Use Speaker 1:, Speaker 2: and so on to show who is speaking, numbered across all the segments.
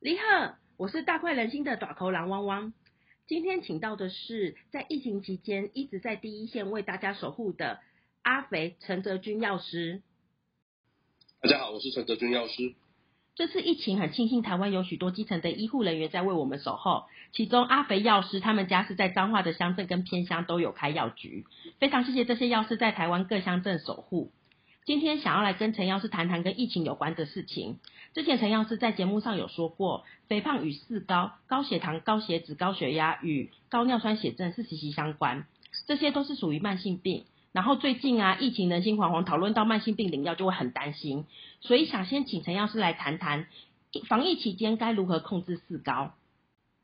Speaker 1: 你好，我是大快人心的短口狼汪汪。今天请到的是在疫情期间一直在第一线为大家守护的阿肥陈泽军药师。
Speaker 2: 大家好，我是陈泽军药师。
Speaker 1: 这次疫情很庆幸台湾有许多基层的医护人员在为我们守候，其中阿肥药师他们家是在彰化的乡镇跟偏乡都有开药局，非常谢谢这些药师在台湾各乡镇守护。今天想要来跟陈药师谈谈跟疫情有关的事情。之前陈药师在节目上有说过，肥胖与四高、高血糖、高血脂、高血压与高尿酸血症是息息相关，这些都是属于慢性病。然后最近啊，疫情人心惶惶，讨论到慢性病领药就会很担心，所以想先请陈药师来谈谈防疫期间该如何控制四高。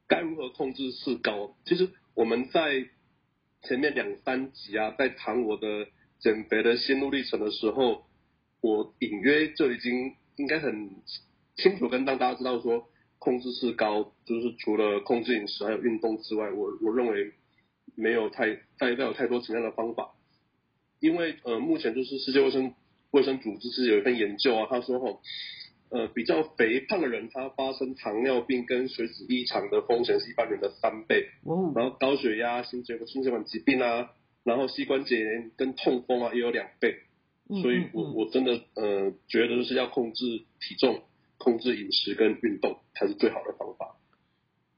Speaker 2: 该如何控制四高？其实我们在前面两三集啊，在谈我的减肥的心路历程的时候，我隐约就已经应该很清楚跟让大家知道说，控制四高就是除了控制饮食还有运动之外，我我认为没有太太再有太多其他的方法，因为呃，目前就是世界卫生卫生组织是有一份研究啊，他说吼、呃，比较肥胖的人，他发生糖尿病跟血脂异常的风险是一般人的三倍。
Speaker 1: 哦
Speaker 2: 然后高血压、心血心血管疾病啊，然后膝关节炎跟痛风啊也有两倍。
Speaker 1: 嗯
Speaker 2: 所以我
Speaker 1: 嗯嗯
Speaker 2: 我真的呃觉得就是要控制体重、控制饮食跟运动才是最好的方法。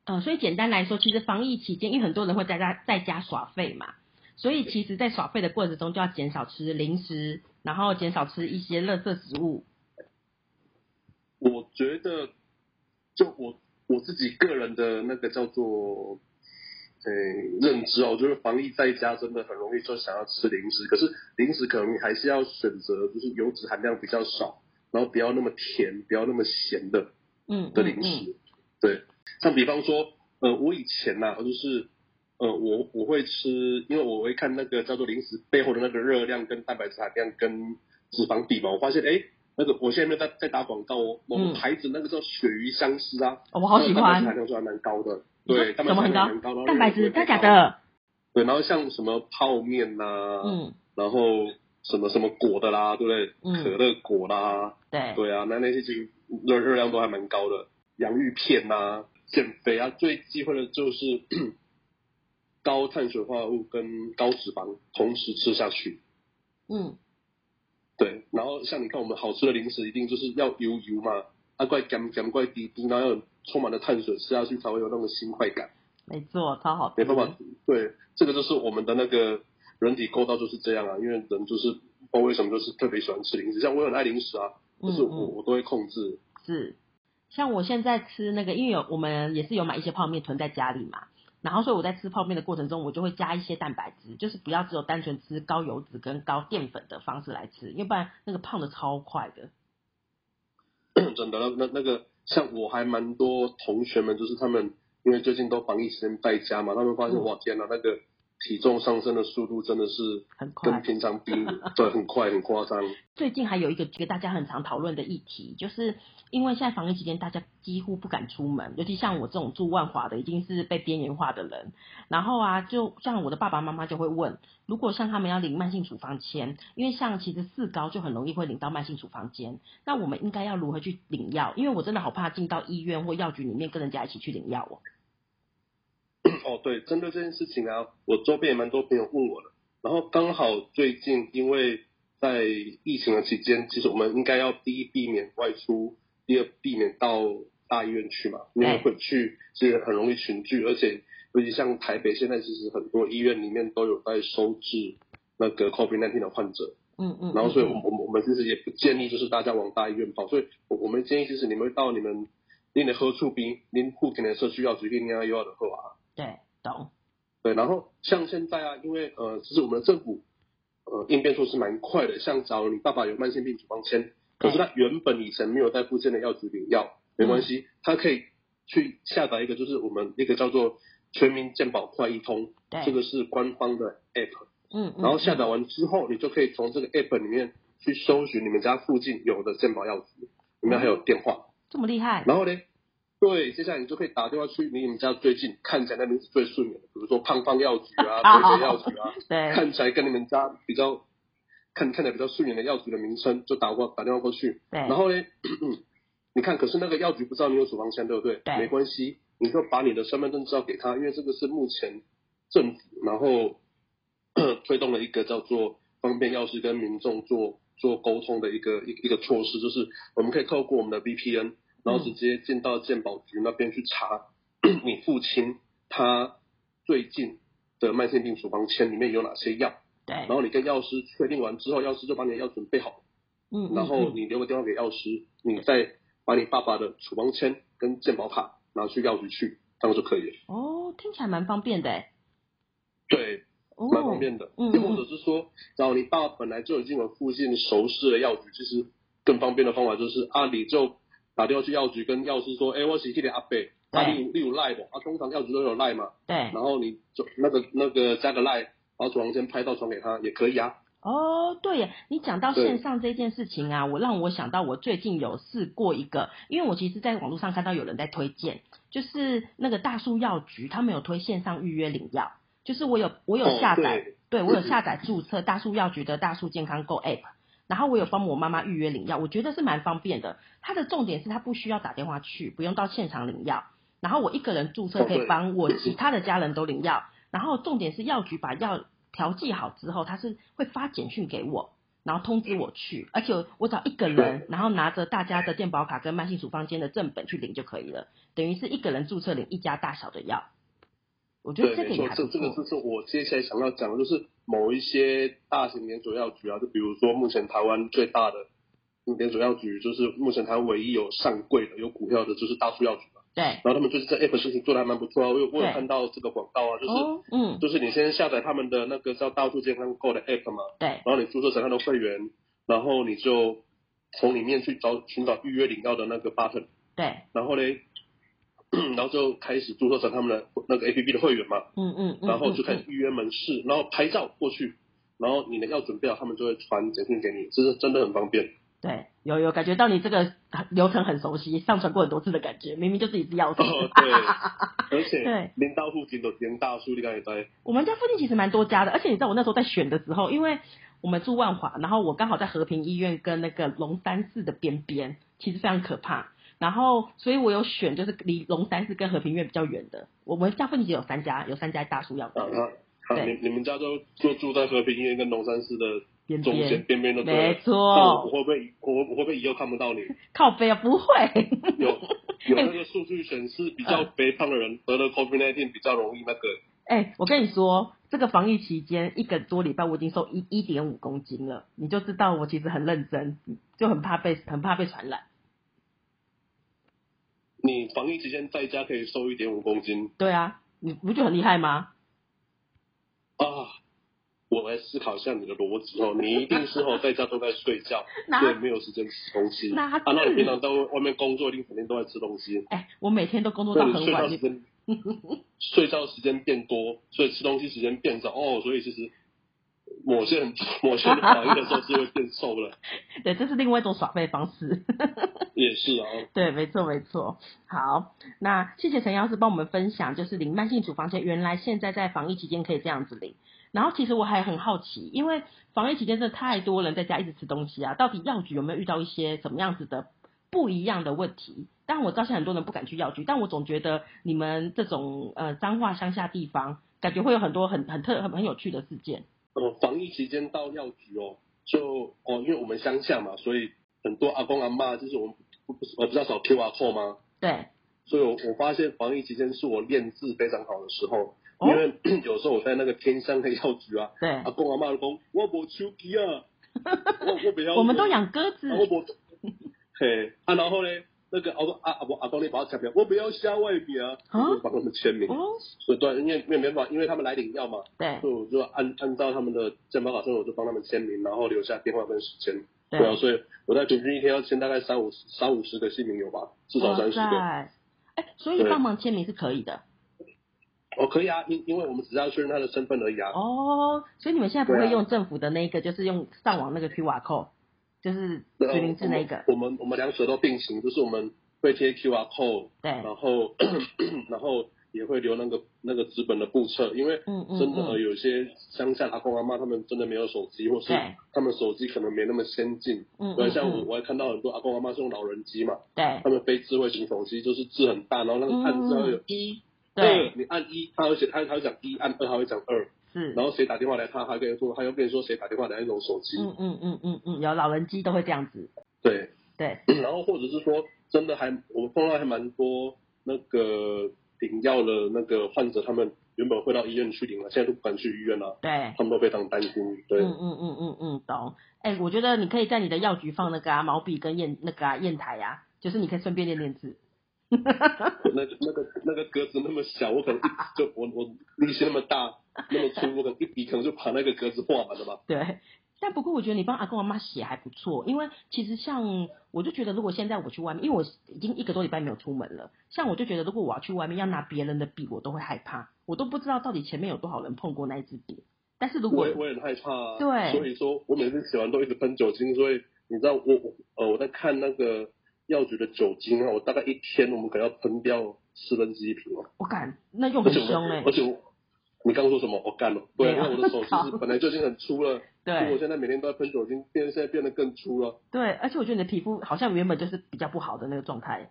Speaker 1: 呃，所以简单来说，其实防疫期间，因为很多人会在家在家耍废嘛，所以其实，在耍废的过程中，就要减少吃零食，然后减少吃一些垃圾食物。
Speaker 2: 我觉得，就我我自己个人的那个叫做，呃，认知哦，就是防疫在家真的很容易就想要吃零食，可是零食可能还是要选择就是油脂含量比较少，然后不要那么甜，不要那么咸的
Speaker 1: 嗯
Speaker 2: 的
Speaker 1: 嗯
Speaker 2: 零
Speaker 1: 嗯
Speaker 2: 食。对，像比方说，呃，我以前呐、就是呃，我我会吃，因为我会看那个叫做零食背后的那个热量跟蛋白质含量跟脂肪比嘛，我发现哎。诶那个，我现在没有在在打广告哦。某
Speaker 1: 嗯
Speaker 2: 牌子那个叫鳕鱼香丝啊，
Speaker 1: 哦我好喜
Speaker 2: 那个蛋白质含
Speaker 1: 欢。
Speaker 2: 量就还蛮高的。
Speaker 1: 你说
Speaker 2: 对，
Speaker 1: 什
Speaker 2: 蛋
Speaker 1: 么
Speaker 2: 白质
Speaker 1: 很
Speaker 2: 含
Speaker 1: 高
Speaker 2: 量蛮高的，
Speaker 1: 蛋白质，
Speaker 2: 热量
Speaker 1: 真
Speaker 2: 也
Speaker 1: 假
Speaker 2: 蛮高？
Speaker 1: 的？
Speaker 2: 对，然后像什么泡面呐，
Speaker 1: 嗯
Speaker 2: 然后什么什么果的啦，对不对？
Speaker 1: 嗯
Speaker 2: 可乐果啦，
Speaker 1: 对。
Speaker 2: 对啊，那那些其实热热量都还蛮高的，洋芋片呐、减肥啊，最忌讳的就是 高碳水化合物跟高脂肪同时吃下去。
Speaker 1: 嗯
Speaker 2: 对，然后像你看我们好吃的零食，一定就是要油油嘛，啊怪干干怪滴滴，然后要充满了碳水吃下去才会有那种新快感，
Speaker 1: 没错，超好吃。
Speaker 2: 没办法。对，这个就是我们的那个人体构造就是这样啊，因为人就是不知道为什么就是特别喜欢吃零食，像我也很爱零食啊，
Speaker 1: 嗯
Speaker 2: 就是我
Speaker 1: 嗯
Speaker 2: 我都会控制。
Speaker 1: 是，像我现在吃那个，因为有我们也是有买一些泡面囤在家里嘛，然后所以我在吃泡面的过程中，我就会加一些蛋白质，就是不要只有单纯吃高油脂跟高淀粉的方式来吃，要不然那个胖的超快的。
Speaker 2: 真的，那那那个像我还蛮多同学们，就是他们因为最近都防疫时间在家嘛，他们发现、
Speaker 1: 嗯
Speaker 2: 哇天哪，那个体重上升的速度真的是
Speaker 1: 很快
Speaker 2: 跟平常比，对，很快很夸张。
Speaker 1: 最近还有一个一个大家很常讨论的议题，就是因为现在防疫期间，大家几乎不敢出门，尤其像我这种住万华的，已经是被边缘化的人。然后啊，就像我的爸爸妈妈就会问，如果像他们要领慢性处方签，因为像其实四高就很容易会领到慢性处方签，那我们应该要如何去领药？因为我真的好怕进到医院或药局里面跟人家一起去领药哦。
Speaker 2: 哦，对，针对这件事情啊，我周边也蛮多朋友问我的。然后刚好最近因为在疫情的期间，其实我们应该要第一避免外出，第二避免到大医院去嘛，因为
Speaker 1: 对
Speaker 2: 会去是很容易群聚，而且尤其像台北现在其实很多医院里面都有在收治那个 COVID-19 的患者，
Speaker 1: 嗯嗯。
Speaker 2: 然后所以
Speaker 1: 嗯
Speaker 2: 我们我们我们其实也不建议就是大家往大医院跑，所以我我们建议就是你们到你们您的何处边，您附近的社区药局给你要药的后啊。
Speaker 1: 对，懂。
Speaker 2: 对，然后像现在啊，因为呃，其实我们的政府呃应变措施蛮快的，像假如你爸爸有慢性病处方签，可
Speaker 1: 嗯
Speaker 2: 是他原本以前没有在附近的药局领药，没
Speaker 1: 嗯
Speaker 2: 关系，他可以去下载一个，就是我们一个叫做全民健保快易通，
Speaker 1: 对，
Speaker 2: 这个是官方的 app，
Speaker 1: 嗯嗯。
Speaker 2: 然后下载完之后，你就可以从这个 app 里面去搜寻你们家附近有的健保药局，里面还有电话，
Speaker 1: 这么厉害。
Speaker 2: 然后呢，对，接下来你就可以打电话去离你们家最近看起来那名字最顺眼的，比如说胖胖药局啊、肥肥药局啊，
Speaker 1: 对
Speaker 2: 看起来跟你们家比较
Speaker 1: 哎
Speaker 2: 看看起来比较顺眼的药局的名称，就打过打电话过去。
Speaker 1: 对。
Speaker 2: 然后呢， 你看，可是那个药局不知道你有处方签，对不对？
Speaker 1: 对
Speaker 2: 没关系，你就把你的身份证照给他，因为这个是目前政府然后 推动了一个叫做方便药师跟民众做做沟通的一个一一个措施，就是我们可以透过我们的 VPN，然后直接进到健保局那边去查 你父亲他最近的慢性病处方签里面有哪些药，
Speaker 1: 对
Speaker 2: 然，后你跟药师确定完之后，药师就把你的药准备好。
Speaker 1: 嗯，
Speaker 2: 然后
Speaker 1: 嗯嗯
Speaker 2: 你留个电话给药师，你再把你爸爸的处方签跟健保卡拿去药局去，这样就可以了。
Speaker 1: 哦，听起来蛮方便的哎，
Speaker 2: 对，
Speaker 1: 哦，
Speaker 2: 蛮方便的。
Speaker 1: 嗯
Speaker 2: 又或者是说，然后你爸本来就已经有附近熟识的药局，其实更方便的方法就是啊，你就打电话去药局跟药师说，哎、我是去的阿伯，啊，
Speaker 1: 对
Speaker 2: 你有你有赖不？啊，通常药局都有赖嘛，
Speaker 1: 对，
Speaker 2: 然后你就那个那个加个赖，然后处方签拍照传给他也可以啊。
Speaker 1: 哦，对耶，你讲到
Speaker 2: 对
Speaker 1: 线上这件事情啊，我让我想到我最近有试过一个，因为我其实在网络上看到有人在推荐，就是那个大树药局他们有推线上预约领药，就是我有我有
Speaker 2: 哦
Speaker 1: 下载，
Speaker 2: 对
Speaker 1: 对我有下载注册大树药局的大树健康购 App，然后我有帮我妈妈预约领药，我觉得是蛮方便的。它的重点是它不需要打电话去，不用到现场领药，然后我一个人注册
Speaker 2: 哦
Speaker 1: 可以
Speaker 2: 对
Speaker 1: 帮我其他的家人都领药，然后重点是药局把药调剂好之后，他是会发简讯给我，然后通知我去，而且我找一个人，然后拿着大家的健保卡跟慢性处方间的正本去领就可以了，等于是一个人注册领一家大小的药。我觉得
Speaker 2: 对，
Speaker 1: 这个
Speaker 2: 没
Speaker 1: 也
Speaker 2: 错，
Speaker 1: 还
Speaker 2: 这
Speaker 1: 不
Speaker 2: 这个就
Speaker 1: 错。
Speaker 2: 是我接下来想要讲的，就是某一些大型连锁药局啊，就比如说目前台湾最大的连锁药局，就是目前台湾唯一有上柜的有股票的，就是大树药局嘛。
Speaker 1: 对，
Speaker 2: 然后他们就是这 app 事情做的还蛮不错啊，我有我有
Speaker 1: 对
Speaker 2: 看到这个广告啊，就是、
Speaker 1: 哦，嗯，
Speaker 2: 就是你先下载他们的那个叫大树健康购的 app 嘛，
Speaker 1: 对，
Speaker 2: 然后你注册成他的会员，然后你就从里面去找寻找预约领药的那个 button，
Speaker 1: 对，
Speaker 2: 然后嘞， 然后就开始注册成他们的那个 app 的会员嘛。
Speaker 1: 嗯嗯嗯，
Speaker 2: 然后就开
Speaker 1: 嗯
Speaker 2: 始预约门市，然后拍照过去，然后你的药准备好，他们就会传简讯给你，这是真的很方便。
Speaker 1: 对，有有感觉到你这个流程很熟悉，上传过很多次的感觉，明明就自己是药师。
Speaker 2: 哦，对，而
Speaker 1: 对
Speaker 2: 且连到附近都连大树，你敢也在？
Speaker 1: 我们家附近其实蛮多家的，而且你知道我那时候在选的时候，因为我们住万华，然后我刚好在和平医院跟那个龙山寺的边边，其实非常可怕。然后，所以我有选就是离龙山寺跟和平医院比较远的。我们家附近只有三家，有三家大树药
Speaker 2: 啊
Speaker 1: 局，
Speaker 2: 啊，
Speaker 1: 对
Speaker 2: 你你们家都就住在和平医院跟龙山寺的
Speaker 1: 边
Speaker 2: 中间
Speaker 1: 边。
Speaker 2: 边边的，对
Speaker 1: 没
Speaker 2: 了。哦那
Speaker 1: 错，
Speaker 2: 我会不会我我会不会以后看不 到你？
Speaker 1: 靠背啊，不会。
Speaker 2: 有有那个数据显示，比较肥胖的人得了 COVID-19 比较容易那个。
Speaker 1: 哎、我跟你说，这个防疫期间一个多礼拜，我已经瘦一一点五公斤了，你就知道我其实很认真，就很怕被很怕被传染。
Speaker 2: 你防疫期间在家可以瘦一点五公斤
Speaker 1: 对啊，你不就很厉害吗？
Speaker 2: 啊！我来思考一下你的逻辑哦，你一定是哦在家都在睡觉，
Speaker 1: 哪
Speaker 2: 对，没有时间吃东西。
Speaker 1: 哪
Speaker 2: 啊，那
Speaker 1: 是
Speaker 2: 你平常在外面工作，一定肯定都在吃 东西。
Speaker 1: 哎、我每天都工作
Speaker 2: 那
Speaker 1: 到
Speaker 2: 你
Speaker 1: 很
Speaker 2: 睡觉
Speaker 1: 晚，
Speaker 2: 时
Speaker 1: 你
Speaker 2: 间， 睡觉时间变多，所以吃东西时间变少。哦，所以其实某些人 某些人怀孕的时候是会变瘦了，
Speaker 1: 对，这是另外一种耍废方式。
Speaker 2: 也是啊。
Speaker 1: 对，没错没错。好，那谢谢陈药师帮我们分享，就是领慢性处方签，原来现在在防疫期间可以这样子领。然后其实我还很好奇，因为防疫期间真的太多人在家一直吃东西啊，到底药局有没有遇到一些什么样子的不一样的问题？但我知道现在很多人不敢去药局，但我总觉得你们这种呃彰化乡下地方，感觉会有很多很很特很很有趣的事件。
Speaker 2: 哦，防疫期间到药局哦，就哦，因为我们乡下嘛，所以很多阿公阿妈就是我们不不是呃比较少 QR code 吗？
Speaker 1: 对，
Speaker 2: 所以我我发现防疫期间是我练字非常好的时候，
Speaker 1: 哦
Speaker 2: 因为 有时候我在那个偏乡的药局啊，
Speaker 1: 对
Speaker 2: 阿，公阿妈都讲我无手机啊，我我不要，
Speaker 1: 我们都养鸽子
Speaker 2: 啊，。我无， 嘿啊，然后呢，那个阿公啊阿阿伯阿公你把我签名，我不要下外名，
Speaker 1: 啊
Speaker 2: 我帮他们签名，
Speaker 1: 哦，
Speaker 2: 所以对，因为因为没办法，因为他们来领药嘛，
Speaker 1: 对
Speaker 2: 所以我就按按照他们的健保卡，所以我就帮他们签名，然后留下电话跟时间，
Speaker 1: 对。
Speaker 2: 啊，所以我在平均一天要签大概三五十三五十个姓名有吧，至少
Speaker 1: 哇
Speaker 2: 三十
Speaker 1: 塞，
Speaker 2: 个。
Speaker 1: 哎、所以
Speaker 2: 对
Speaker 1: 帮忙签名是可以的
Speaker 2: 哦，可以啊，因因为我们只是要确认他的身份而已啊。
Speaker 1: 哦。所以你们现在不
Speaker 2: 对
Speaker 1: 会
Speaker 2: 啊
Speaker 1: 用政府的那一个，就是用上网那个 QR code，就是
Speaker 2: 对啊
Speaker 1: 实名制那一个。
Speaker 2: 我们我
Speaker 1: 哎
Speaker 2: 们我们两者都并行，就是我们会贴 QR code，
Speaker 1: 对
Speaker 2: 然后然后也会留那个那个纸本的簿册，因为
Speaker 1: 嗯嗯
Speaker 2: 真的
Speaker 1: 嗯
Speaker 2: 有些乡下阿公阿妈他们真的没有手机，或是
Speaker 1: 对
Speaker 2: 他们手机可能没那么先进。
Speaker 1: 嗯
Speaker 2: 对，
Speaker 1: 嗯
Speaker 2: 像我
Speaker 1: 嗯，哎
Speaker 2: 我还看到很多阿公阿妈是用老人机嘛，
Speaker 1: 对
Speaker 2: 他们非智慧型手机，就是字很大，然后那个按字会有一、二
Speaker 1: 对，
Speaker 2: 你按一，他会写他他会讲一，按二他会讲二，
Speaker 1: 是，
Speaker 2: 然后谁打电话来他还跟你说，他又跟你说谁打电话来那种手机，
Speaker 1: 嗯嗯嗯嗯嗯，有老人机都会这样子，
Speaker 2: 对，
Speaker 1: 对，
Speaker 2: 然后或者是说，真的还我碰到还蛮多那个领药的那个患者，他们原本会到医院去领了，现在都不敢去医院了，
Speaker 1: 对，
Speaker 2: 他们都非常担心。对，
Speaker 1: 嗯嗯嗯嗯嗯，懂。哎、我觉得你可以在你的药局放那个啊毛笔跟砚那个啊砚台啊，就是你可以顺便练练字。
Speaker 2: 那那个那个格子那么小，我可能一就我我力气那么大那么粗，我可能一笔可能就把那个格子画满了吧。
Speaker 1: 对，但不过我觉得你帮阿公阿妈写还不错，因为其实像我就觉得，如果现在我去外面，因为我已经一个多礼拜没有出门了，像我就觉得，如果我要去外面要拿别人的笔，我都会害怕，我都不知道到底前面有多少人碰过那一支笔。但是如果
Speaker 2: 我也我也很害怕、啊，
Speaker 1: 对
Speaker 2: 所以说我每次写完都一直喷酒精，所以你知道我我呃我在看那个药局的酒精啊，我大概一天我们可能要喷掉四分之一瓶哦、
Speaker 1: 我敢，那用很
Speaker 2: 而且我
Speaker 1: 凶哎、
Speaker 2: 而且我你刚刚说什么？我哦干了，对，
Speaker 1: 没
Speaker 2: 啊因
Speaker 1: 有
Speaker 2: 为我的手其实本来就已经很粗了，所以我
Speaker 1: 对
Speaker 2: 现在每天都在喷酒精，变现在变得更粗了。
Speaker 1: 对，而且我觉得你的皮肤好像原本就是比较不好的那个状态。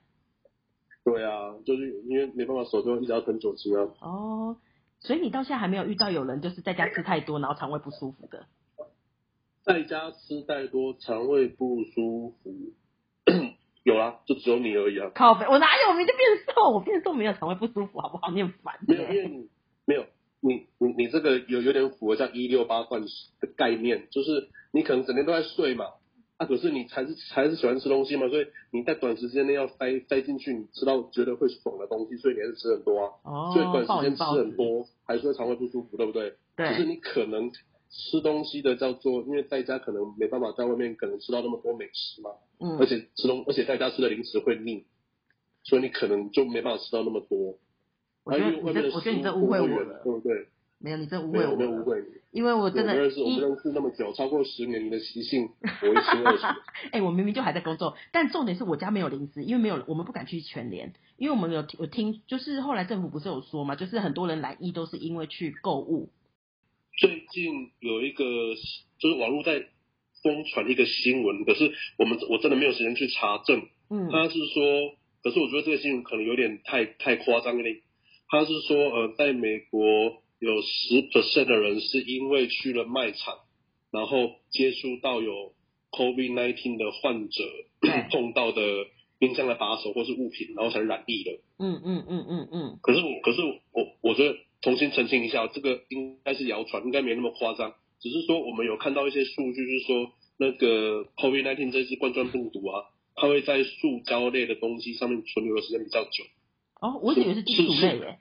Speaker 2: 对啊，就是因为没办法，手就一直要喷酒精啊。
Speaker 1: 哦，所以你到现在还没有遇到有人就是在家吃太多，然后肠胃不舒服的。
Speaker 2: 在家吃太多，肠胃不舒服。 有啊，就只有你而已啊，
Speaker 1: 靠背，我哪有？我明明就变瘦，我变瘦没有肠胃不舒服，好不好？你很烦
Speaker 2: 没有，因
Speaker 1: 耶、
Speaker 2: 为你没有你你你这个有有点符合像一六八罐的概念，就是你可能整天都在睡嘛，啊，可是你还是还是喜欢吃东西嘛，所以你在短时间内要塞塞进去，你吃到觉得会爽的东西，所以你还是吃很多啊，
Speaker 1: 哦
Speaker 2: 所以短时间吃
Speaker 1: 暴饮暴
Speaker 2: 很
Speaker 1: 食
Speaker 2: 多还是会肠胃不舒服，对不对？就是
Speaker 1: 对
Speaker 2: 你可能吃东西的叫做，因为在家可能没办法在外面可能吃到那么多美食嘛，
Speaker 1: 嗯
Speaker 2: 而且吃东而且在家吃的零食会腻，所以你可能就没办法吃到那么多。
Speaker 1: 我觉
Speaker 2: 还
Speaker 1: 得
Speaker 2: 有
Speaker 1: 你
Speaker 2: 外面的
Speaker 1: 这，我觉得你
Speaker 2: 食
Speaker 1: 这
Speaker 2: 物
Speaker 1: 误会
Speaker 2: 多
Speaker 1: 我
Speaker 2: 元
Speaker 1: 了。
Speaker 2: 对不对？
Speaker 1: 没有，你这误
Speaker 2: 没
Speaker 1: 会
Speaker 2: 有，
Speaker 1: 我
Speaker 2: 我没有
Speaker 1: 了
Speaker 2: 误。会你。
Speaker 1: 因为我
Speaker 2: 我
Speaker 1: 真
Speaker 2: 们
Speaker 1: 的
Speaker 2: 认识，我
Speaker 1: 一
Speaker 2: 们认识那么久，超过十年，你的习性我一 清二楚。
Speaker 1: 哎、我明明就还在工作，但重点是我家没有零食，因为没有，我们不敢去全联，因为我们有我听，就是后来政府不是有说嘛，就是很多人来意都是因为去购物，
Speaker 2: 最近有一个就是网络在疯传一个新闻，可是我们我真的没有时间去查证，
Speaker 1: 嗯
Speaker 2: 他是说，可是我觉得这个新闻可能有点太太夸张了。他是说，呃，在美国有十 percent 的人是因为去了卖场，然后接触到有 COVID-19 的患者
Speaker 1: 对
Speaker 2: 碰到的冰箱的把手或是物品，然后才染疫的。
Speaker 1: 嗯嗯嗯嗯嗯，
Speaker 2: 可是我，可是我，我觉得重新澄清一下，这个应该是谣传，应该没那么夸张。只是说我们有看到一些数据，就是说那个 COVID-19 这支冠状病毒啊，它会在塑胶类的东西上面存留的时间比较久。
Speaker 1: 哦，我以为是金属类耶，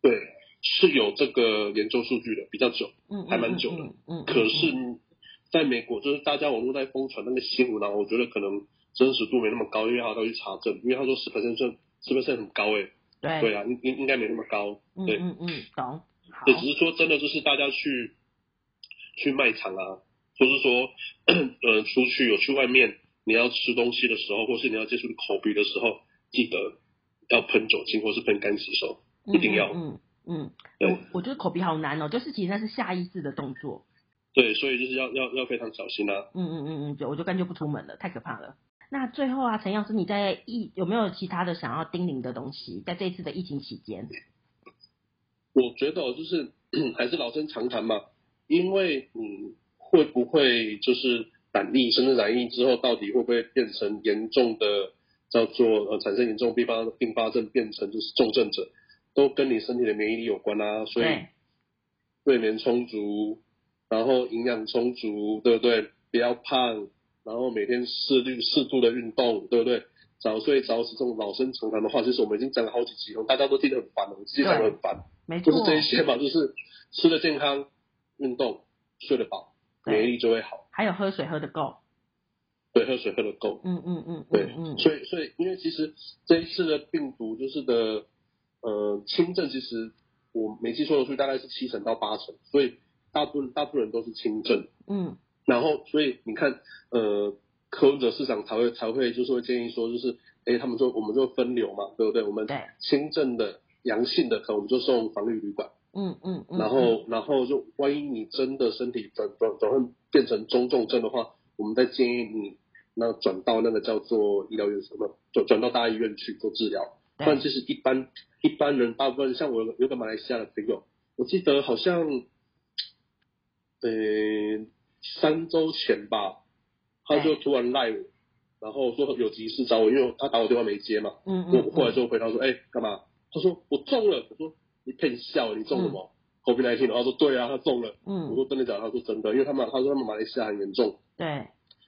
Speaker 2: 对，是有这个研究数据的，比较久。
Speaker 1: 嗯，嗯
Speaker 2: 还蛮久的，
Speaker 1: 嗯嗯，嗯
Speaker 2: 可是，在美国，就是大家网络在疯传那个新闻啊，我觉得可能真实度没那么高，因为还要去查证，因为他说十 percent 是不是很高、欸？
Speaker 1: 对
Speaker 2: 对啊，应应应该没那么高。
Speaker 1: 嗯
Speaker 2: 对
Speaker 1: 嗯嗯，懂。好，
Speaker 2: 对，只是说真的就是大家去去卖场啊，或是说呃出去有去外面，你要吃东西的时候，或是你要接触口鼻的时候，记得要喷酒精或是喷干洗手。
Speaker 1: 嗯
Speaker 2: 一定要
Speaker 1: 嗯嗯，嗯
Speaker 2: 对
Speaker 1: 我我觉得口鼻好难哦，就是其实那是下意识的动作。
Speaker 2: 对，所以就是要要要非常小心啊。
Speaker 1: 嗯嗯嗯嗯，就我就干脆不出门了，太可怕了。那最后啊，陈药师，你在疫有没有其他的想要叮咛的东西？在这一次的疫情期间，
Speaker 2: 我觉得哦就是 还是老生常谈嘛，因为你会不会就是染疫，甚至染疫之后到底会不会变成严重的叫做呃产生严重并发并发症，变成就是重症者，都跟你身体的免疫力有关啊，所以
Speaker 1: 对
Speaker 2: 睡眠充足，然后营养充足，对不对？不要胖，然后每天适度适度的运动，对不对？早睡早起这种老生常谈的话，其实我们已经讲了好几集了，大家都听得很烦了，我自己讲得很烦。
Speaker 1: 没错
Speaker 2: 就是，这一些嘛，就是吃的健康、运动、睡得饱，免疫
Speaker 1: 对，
Speaker 2: 力就会好。
Speaker 1: 还有喝水喝的够。
Speaker 2: 对，喝水喝得够。
Speaker 1: 嗯嗯嗯
Speaker 2: 对
Speaker 1: 嗯嗯，
Speaker 2: 所以，所以，因为其实这一次的病毒就是的，呃，轻症其实我没记错的数，大概是七成到八成，所以大部分大部分人都是轻症。
Speaker 1: 嗯
Speaker 2: 然后，所以你看，呃，柯文哲市长才会才会就是会建议说，就是，诶，他们就我们就分流嘛，对不对？我们
Speaker 1: 对
Speaker 2: 轻症的阳性的，可能我们就送防疫旅馆。
Speaker 1: 嗯嗯嗯，
Speaker 2: 然后，然后就万一你真的身体转转转换变成中重症的话，我们再建议你那转到那个叫做医疗院什么，转转到大医院去做治疗。不然其实一般一般人大部分像我有有个马来西亚的朋友，我记得好像，呃，三周前吧，他就突然赖我，然后说有急事找我，因为他打我电话没接嘛，
Speaker 1: 嗯嗯，
Speaker 2: 我后来就回他说，哎、干嘛？他说我中了，我说你骗笑，你中什么？COVID 1 9他说对啊，他中了。我
Speaker 1: 嗯
Speaker 2: 说真的假的？他说真的，因为他们他说他们马来西亚很严重，
Speaker 1: 对，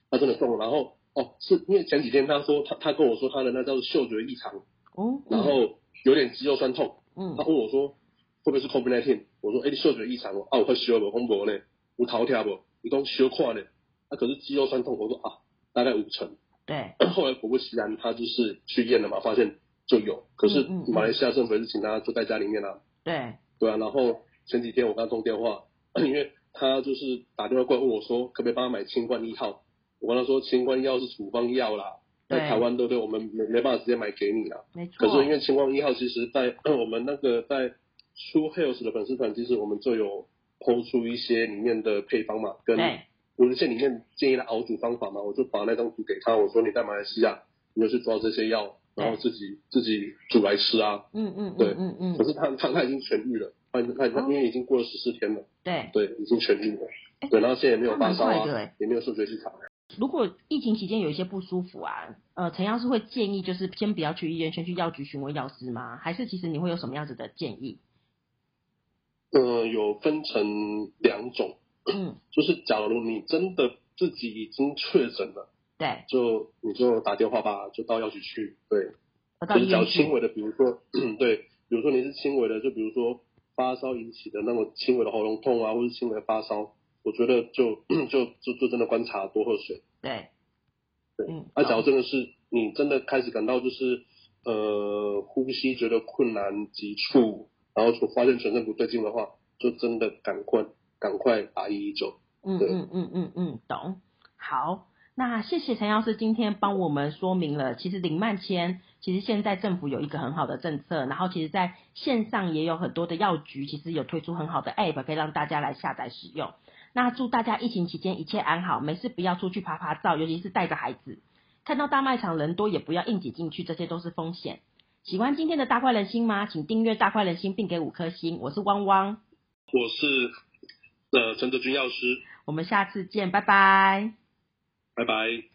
Speaker 2: 他真的中了。然后哦，是因为前几天他说他他跟我说他的那叫做嗅觉异常，
Speaker 1: 哦，
Speaker 2: 然后有点肌肉酸痛，
Speaker 1: 嗯
Speaker 2: 他问我说会不会是 COVID 1 9我说哎、你嗅觉异常哦，啊我快烧了，红博呢，我头痛不？你讲烧看呢？他、可是肌肉酸痛，我说啊大概五成。
Speaker 1: 对，
Speaker 2: 后来果不其然，他就是去验了嘛，发现就有。可是
Speaker 1: 嗯嗯嗯
Speaker 2: 马来西亚政府还是请他就在家里面啊，
Speaker 1: 对，
Speaker 2: 对啊。然后前几天我跟他通电话，因为他就是打电话过来问我说，可不可以帮他买清冠一号？我跟他说，清冠一号是处方药啦，在
Speaker 1: 对哦
Speaker 2: 台湾对不对？我们没没办法直接买给你啦。
Speaker 1: 没错。
Speaker 2: 可是因为清冠一号，其实在 我们那个在 True Health 的粉丝团，其实我们就有抛出一些里面的配方嘛，跟
Speaker 1: 对
Speaker 2: 文献里面建议的熬煮方法嘛，我就把那张图给他，我说你在马来西亚你就去抓这些药，
Speaker 1: 对
Speaker 2: 然后自己自己煮来吃啊。
Speaker 1: 嗯嗯
Speaker 2: 对
Speaker 1: 嗯嗯
Speaker 2: 可
Speaker 1: 嗯，
Speaker 2: 是他他他已经痊愈了，他他他
Speaker 1: 哦
Speaker 2: 因为已经过了十四天了，
Speaker 1: 对。
Speaker 2: 对，已经痊愈了
Speaker 1: 哎。
Speaker 2: 对，然后现在也没有
Speaker 1: 那
Speaker 2: 发
Speaker 1: 蛮
Speaker 2: 烧
Speaker 1: 快的哎
Speaker 2: 啊，也没有嗅觉异常。
Speaker 1: 如果疫情期间有一些不舒服啊，呃，陈药师会建议就是先不要去医院，先去药局询问药师吗？还是其实你会有什么样子的建议？
Speaker 2: 嗯，有分成两种，
Speaker 1: 嗯，
Speaker 2: 就是假如你真的自己已经确诊了，
Speaker 1: 对，
Speaker 2: 就你就打电话吧，就到药局去。对，
Speaker 1: 我到
Speaker 2: 就
Speaker 1: 医
Speaker 2: 是比较
Speaker 1: 院
Speaker 2: 轻
Speaker 1: 去。
Speaker 2: 微的，比如说对，比如说你是轻微的，就比如说发烧引起的那种轻微的喉咙痛啊，或者轻微的发烧，我觉得就 就就就真的观察多喝水。
Speaker 1: 对，
Speaker 2: 对啊
Speaker 1: 嗯，
Speaker 2: 那、假如真的是你真的开始感到就是呃呼吸觉得困难、急促，然后就发现全身不对劲的话，就真的赶快赶快打一一九。
Speaker 1: 嗯嗯嗯嗯嗯，懂。好，那谢谢陈药师今天帮我们说明了，其实零慢签，其实现在政府有一个很好的政策，然后其实在线上也有很多的药局，其实有推出很好的 app 可以让大家来下载使用。那祝大家疫情期间一切安好，没事不要出去爬爬照，尤其是带着孩子，看到大卖场人多也不要硬挤进去，这些都是风险。喜欢今天的大快人心吗？请订阅大快人心并给五颗星。我是汪汪，
Speaker 2: 我是呃陈德军药师，
Speaker 1: 我们下次见，拜拜。
Speaker 2: 拜拜。